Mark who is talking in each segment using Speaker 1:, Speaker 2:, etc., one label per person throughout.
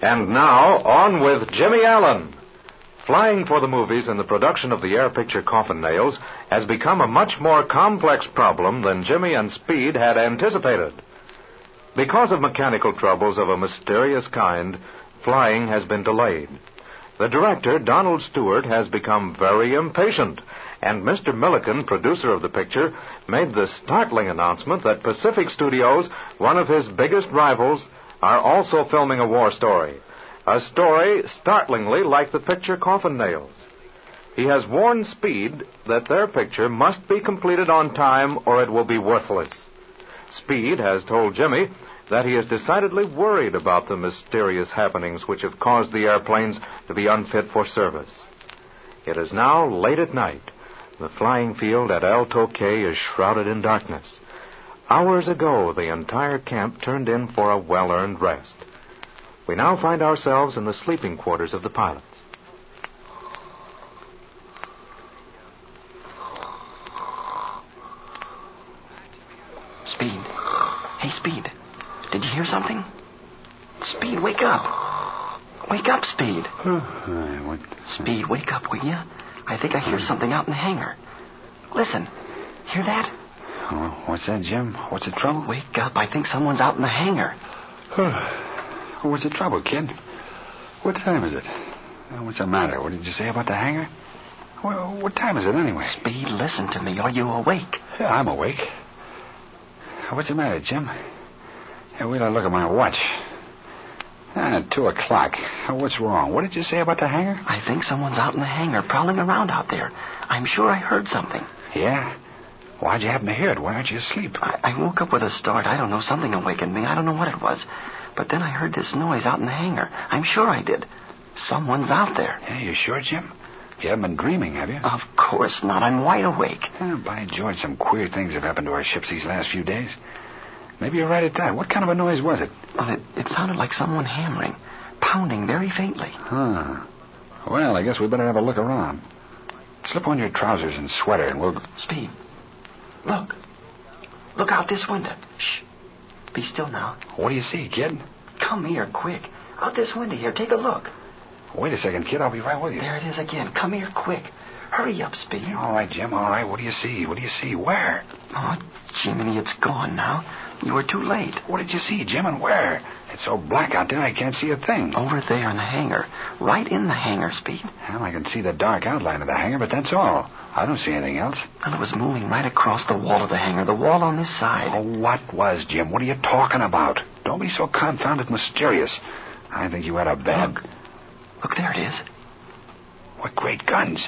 Speaker 1: And now, on with Jimmy Allen. Flying for the movies and the production of the air picture Coffin Nails has become a much more complex problem than Jimmy and Speed had anticipated. Because of mechanical troubles of a mysterious kind, flying has been delayed. The director, Donald Stewart, has become very impatient, and Mr. Milliken, producer of the picture, made the startling announcement that Pacific Studios, one of his biggest rivals, are also filming a war story. A story startlingly like the picture Coffin Nails. He has warned Speed that their picture must be completed on time or it will be worthless. Speed has told Jimmy that he is decidedly worried about the mysterious happenings which have caused the airplanes to be unfit for service. It is now late at night. The flying field at El Toque is shrouded in darkness. Hours ago, the entire camp turned in for a well earned rest. We now find ourselves in the sleeping quarters of the pilots.
Speaker 2: Speed. Hey, Speed. Did you hear something? Speed, wake up. Wake up, Speed.
Speaker 3: Uh, what?
Speaker 2: Speed, wake up, will you? I think I hear something out in the hangar. Listen. Hear that?
Speaker 3: Oh, what's that, Jim? What's the trouble?
Speaker 2: Wake up. I think someone's out in the hangar.
Speaker 3: What's the trouble, kid? What time is it? Uh, What's the matter? What did you say about the hangar? What, what time is it anyway?
Speaker 2: Speed, listen to me. Are you awake?
Speaker 3: Yeah, I'm awake. Uh, What's the matter, Jim? Hey, wait till I look at my watch. Ah, two o'clock. Uh, What's wrong? What did you say about the hangar?
Speaker 2: I think someone's out in the hangar prowling around out there. I'm sure I heard something.
Speaker 3: Yeah. Why'd you happen to hear it? Why aren't you asleep?
Speaker 2: I, I woke up with a start. I don't know. Something awakened me. I don't know what it was. But then I heard this noise out in the hangar. I'm sure I did. Someone's out there.
Speaker 3: Yeah, you sure, Jim? You haven't been dreaming, have you?
Speaker 2: Of course not. I'm wide awake.
Speaker 3: Ah, by George, some queer things have happened to our ships these last few days. Maybe you're right at that. What kind of a noise was it?
Speaker 2: Well, it, it sounded like someone hammering, pounding very faintly.
Speaker 3: Huh. Well, I guess we better have a look around. Slip on your trousers and sweater, and we'll.
Speaker 2: Speed, look. Look out this window. Shh. Be still now.
Speaker 3: What do you see, kid?
Speaker 2: Come here, quick. Out this window here. Take a look.
Speaker 3: Wait a second, kid. I'll be right with you.
Speaker 2: There it is again. Come here, quick. Hurry up, Speed.
Speaker 3: All right, Jim. All right. What do you see? What do you see? Where?
Speaker 2: Oh, Jiminy, it's gone now. You were too late.
Speaker 3: What did you see, Jim, and where? It's so black out there, I can't see a thing.
Speaker 2: Over there in the hangar. Right in the hangar, Speed.
Speaker 3: Well, I can see the dark outline of the hangar, but that's all. I don't see anything else.
Speaker 2: And it was moving right across the wall of the hangar, the wall on this side.
Speaker 3: Oh, what was, Jim? What are you talking about? Don't be so confounded mysterious. I think you had a bad.
Speaker 2: Look. Look, there it is.
Speaker 3: What great guns.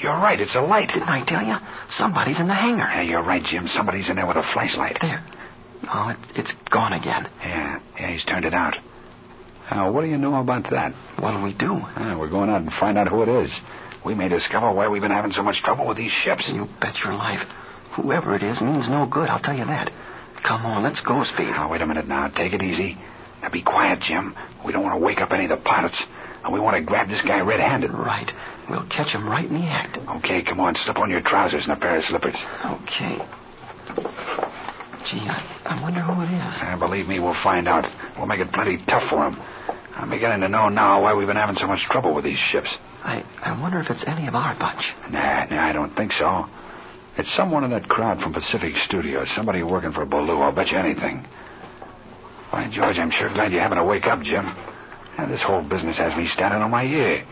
Speaker 3: You're right, it's a light.
Speaker 2: Didn't I tell you? Somebody's in the hangar.
Speaker 3: Yeah, you're right, Jim. Somebody's in there with a flashlight.
Speaker 2: There. Oh, it, it's gone again.
Speaker 3: Yeah, yeah, he's turned it out. Uh, what do you know about that?
Speaker 2: What'll we do?
Speaker 3: Uh, we're going out and find out who it is. We may discover why we've been having so much trouble with these ships.
Speaker 2: You bet your life. Whoever it is means no good, I'll tell you that. Come on, let's go, Speed.
Speaker 3: Now, Ah, Oh, wait a minute now. Take it easy. Now, be quiet, Jim. We don't want to wake up any of the pilots. And we want to grab this guy red handed.
Speaker 2: Right. We'll catch him right in the act.
Speaker 3: Okay, come on. Slip on your trousers and a pair of slippers.
Speaker 2: Okay. Gee, I, I wonder who it is.
Speaker 3: Uh, believe me, we'll find out. We'll make it plenty tough for him. I'm beginning to know now why we've been having so much trouble with these ships.
Speaker 2: I, I wonder if it's any of our bunch.
Speaker 3: Nah, nah, I don't think so. It's someone in that crowd from Pacific Studios. Somebody working for Baloo. I'll bet you anything. Why, George, I'm sure glad you happened to wake up, Jim. Now, this whole business has me standing on my ear.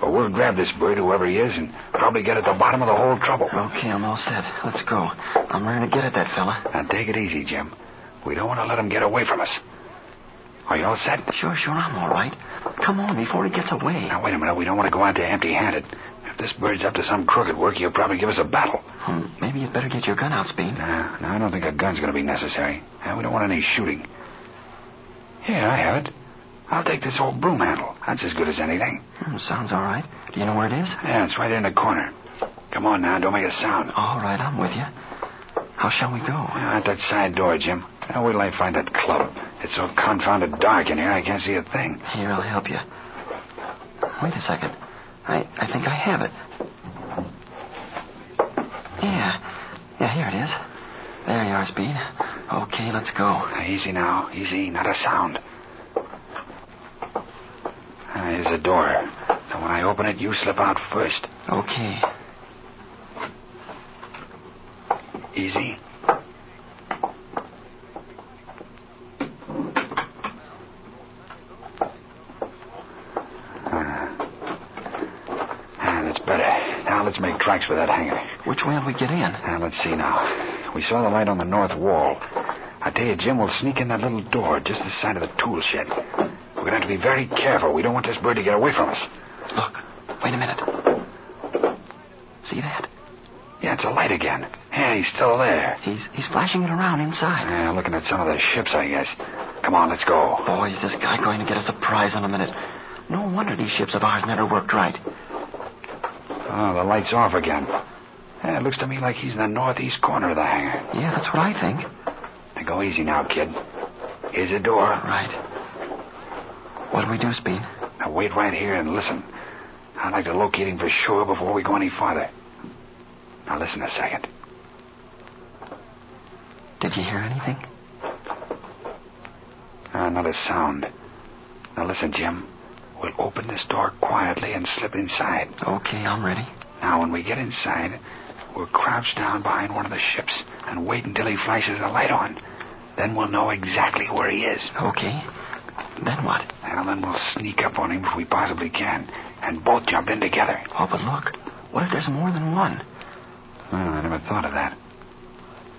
Speaker 3: But we'll grab this bird, whoever he is, and probably get at the bottom of the whole trouble.
Speaker 2: Okay, I'm all set. Let's go. I'm ready to get at that fella.
Speaker 3: Now, take it easy, Jim. We don't want to let him get away from us. Are you all set?
Speaker 2: Sure, sure, I'm all right. Come on before he gets away.
Speaker 3: Now, wait a minute. We don't want to go out there empty handed. If this bird's up to some crooked work, he'll probably give us a battle.
Speaker 2: Hmm, maybe you'd better get your gun out, Speed.
Speaker 3: Nah, nah, I don't think a gun's going to be necessary. Nah, we don't want any shooting. Here, I have it. I'll take this old broom handle. That's as good as anything.
Speaker 2: Hmm, sounds all right. Do you know where it is?
Speaker 3: Yeah, it's right in the corner. Come on now, don't make a sound.
Speaker 2: All right, I'm with you. How shall we go?
Speaker 3: Out that side door, Jim. Now wait till I find that club. It's so confounded dark in here, I can't see a thing.
Speaker 2: Here, I'll help you. Wait a second. I, I think I have it. Yeah. Yeah, here it is. There you are, Speed.
Speaker 3: Ah,
Speaker 2: Okay, let's go.
Speaker 3: Now, easy now, easy, not a sound. Ah, Here's the door. Now, when I open it, you slip out first.
Speaker 2: Okay.
Speaker 3: Easy. Ah, that's better. Now let's make tracks for that hangar.
Speaker 2: Which way will we get in?
Speaker 3: Now, Ah, let's see now. We saw the light on the north wall. I tell you, Jim, we'll sneak in that little door just this side of the tool shed. We're going to have to be very careful. We don't want this bird to get away from us.
Speaker 2: Look. Wait a minute. See that?
Speaker 3: Yeah, it's a light again. Yeah, he's still there.
Speaker 2: He's he's flashing it around inside.
Speaker 3: Yeah, looking at some of the ships, I guess. Come on, let's go.
Speaker 2: Boy, is this guy going to get a surprise in a minute. No wonder these ships of ours never worked right.
Speaker 3: Oh, the light's off again. Yeah, it looks to me like he's in the northeast corner of the hangar.
Speaker 2: Yeah, that's what I think.
Speaker 3: Now go easy now, kid. Here's the door.
Speaker 2: Right. What do we do, Speed?
Speaker 3: Now wait right here and listen. I'd like to locate him for sure before we go any farther. Now listen a second.
Speaker 2: Did you hear anything?
Speaker 3: Ah, Another sound. Now listen, Jim. We'll open this door quietly and slip inside.
Speaker 2: Okay, I'm ready.
Speaker 3: Now, when we get inside, we'll crouch down behind one of the ships and wait until he flashes the light on. Then we'll know exactly where he is.
Speaker 2: Okay. Then what?
Speaker 3: And then we'll sneak up on him if we possibly can, and both jump in together.
Speaker 2: Oh, but look. What if there's more than one?
Speaker 3: Well, I never thought of that.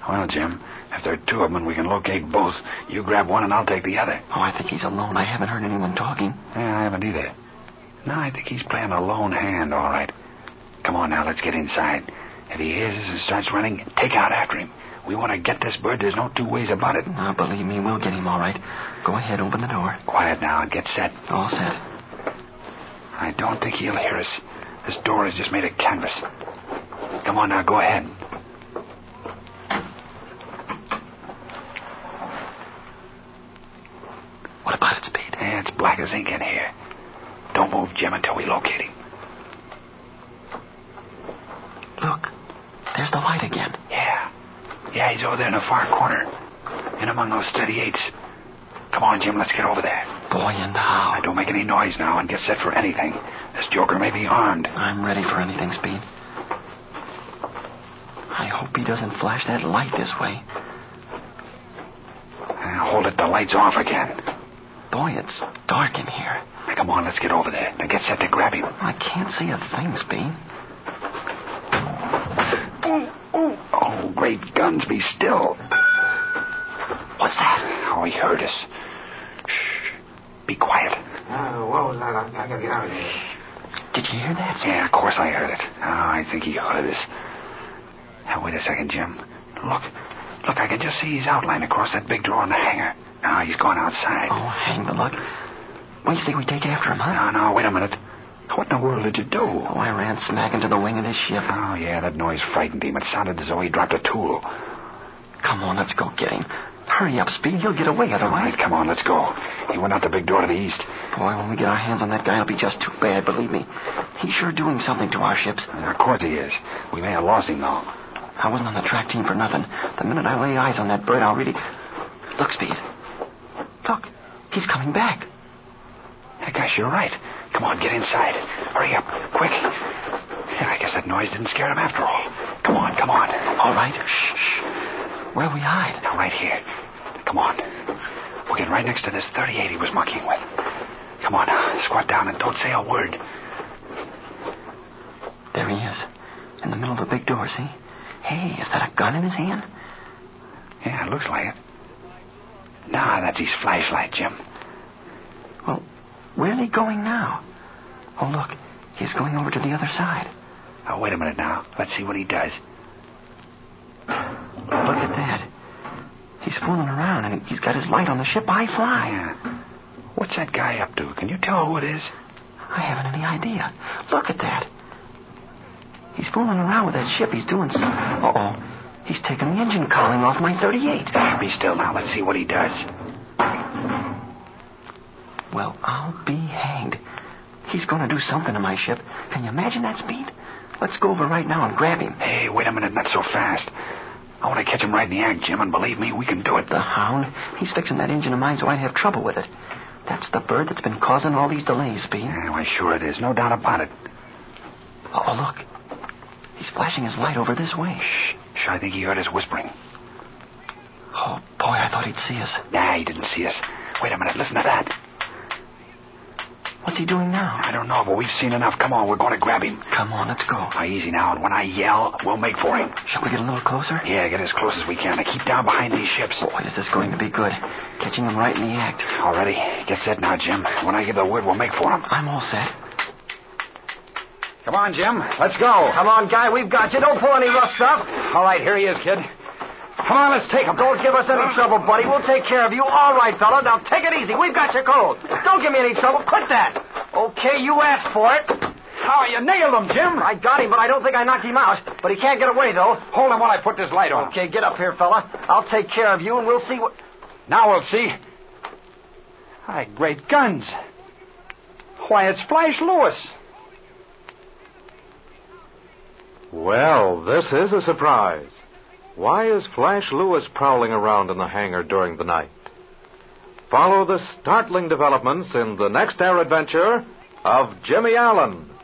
Speaker 3: Well, Jim, if there are two of them and we can locate both, you grab one and I'll take the other.
Speaker 2: Oh, I think he's alone. I haven't heard anyone talking.
Speaker 3: Yeah, I haven't either. No, I think he's playing a lone hand, all right. Come on now, let's get inside. If he hears us and starts running, take out after him. We want to get this bird. There's no two ways about it.
Speaker 2: Now, believe me, we'll get him all right. Go ahead, open the door.
Speaker 3: Quiet now and get set.
Speaker 2: All set.
Speaker 3: I don't think he'll hear us. This door is just made of canvas. Come on now, go ahead.
Speaker 2: What about it, Speed?
Speaker 3: Yeah, it's black as ink in here. Don't move, Jim, until we locate him.
Speaker 2: Look. There's the light again.
Speaker 3: Yeah. Yeah, he's over there in the far corner. In among those 38s. Come on, Jim, let's get over there.
Speaker 2: Boy, and how.
Speaker 3: Now, don't make any noise now and get set for anything. This joker may be armed.
Speaker 2: I'm ready for anything, Speed. I hope he doesn't flash that light this way.
Speaker 3: Now, Uh, hold it, the light's off again.
Speaker 2: Boy, it's dark in here.
Speaker 3: Now, come on, let's get over there. Now, get set to grab him.
Speaker 2: I can't see a thing, Speed.
Speaker 3: Oh, great guns, be still.
Speaker 2: What's that?
Speaker 3: Oh, he heard us. Shh. Be quiet.
Speaker 2: Did you hear that?
Speaker 3: Yeah, of course I heard it. Oh, I think he heard us. Now, wait a second, Jim. Look. Look, I can just see his outline across that big door in the hangar. Now, he's gone outside.
Speaker 2: Oh, hang the luck. Wait, see, we take after him, huh?
Speaker 3: No, Ah, no, wait a minute. What in the world did you do?
Speaker 2: Oh, I ran smack into the wing of this ship.
Speaker 3: Oh, yeah, that noise frightened him. It sounded as though he dropped a tool.
Speaker 2: Come on, let's go get him. Hurry up, Speed. He'll get away
Speaker 3: All right,
Speaker 2: otherwise.
Speaker 3: come on, let's go. He went out the big door to the east.
Speaker 2: Boy, when we get our hands on that guy, it'll be just too bad, believe me. He's sure doing something to our ships.
Speaker 3: Of course he is. We may have lost him, though.
Speaker 2: I wasn't on the track team for nothing. The minute I lay eyes on that bird, I'll really. Look, Speed. Look, he's coming back.
Speaker 3: I guess you're right. Come on, get inside. Hurry up, quick. Yeah, I guess that noise didn't scare him after all. Come on, come on.
Speaker 2: All right. Shh, shh. Where we hide?
Speaker 3: Now, right here. Come on. We'll get right next to this 38 he was monkeying with. Come on, now. squat down and don't say a word.
Speaker 2: There he is, in the middle of the big door. See? Hey, is that a gun in his hand?
Speaker 3: Yeah, it looks like it. Nah, that's his flashlight, Jim.
Speaker 2: Well, where's he going now? Oh, look, he's going over to the other side.
Speaker 3: Now, Oh, wait a minute now. Let's see what he does.
Speaker 2: Look at that. He's fooling around, and he's got his light on the ship I fly.
Speaker 3: Yeah. What's that guy up to? Can you tell who it is?
Speaker 2: I haven't any idea. Look at that. He's fooling around with that ship. He's doing some. Uh oh. He's taking the engine cowling off my 38.
Speaker 3: Be still now. Let's see what he does.
Speaker 2: Well, I'll be hanged. He's going to do something to my ship. Can you imagine that speed? Let's go over right now and grab him.
Speaker 3: Hey, wait a minute. Not so fast. I want to catch him right in the act, Jim, and believe me, we can do it.
Speaker 2: The hound? He's fixing that engine of mine so I'd have trouble with it. That's the bird that's been causing all these delays, Speed.
Speaker 3: Yeah, why, sure it is. No doubt about it.
Speaker 2: Oh, look. He's flashing his light over this way.
Speaker 3: Shh. Shh. I think he heard us whispering.
Speaker 2: Oh, boy, I thought he'd see us.
Speaker 3: Nah, he didn't see us. Wait a minute. Listen to that.
Speaker 2: What's he doing now?
Speaker 3: I don't know, but we've seen enough. Come on, we're going to grab him.
Speaker 2: Come on, let's go.
Speaker 3: Now, easy now, and when I yell, we'll make for him.
Speaker 2: Shall we get a little closer?
Speaker 3: Yeah, get as close as we can. Now keep down behind these ships.
Speaker 2: Boy, is this going to be good. Catching him right in the act.
Speaker 3: All ready? Get set now, Jim. When I give the word, we'll make for him.
Speaker 2: I'm all set.
Speaker 3: Come on, Jim. Let's go.
Speaker 4: Come on, guy, we've got you. Don't pull any rough stuff.
Speaker 3: All right, here he is, kid. Come on, let's take him.
Speaker 4: Don't give us any trouble, buddy. We'll take care of you. All right, fella. Now take it easy. We've got you cold. Don't give me any trouble. Quit that. Okay, you asked for it.
Speaker 3: How you nailed him, Jim?
Speaker 4: I got him, but I don't think I knocked him out. But he can't get away, though.
Speaker 3: Hold him while I put this light on.
Speaker 4: Okay, get up here, fella. I'll take care of you, and we'll see what.
Speaker 3: Now we'll see. Hi, great guns. Why, it's Flash Lewis.
Speaker 1: Well, this is a surprise. Why is Flash Lewis prowling around in the hangar during the night? Follow the startling developments in the next air adventure of Jimmy Allen.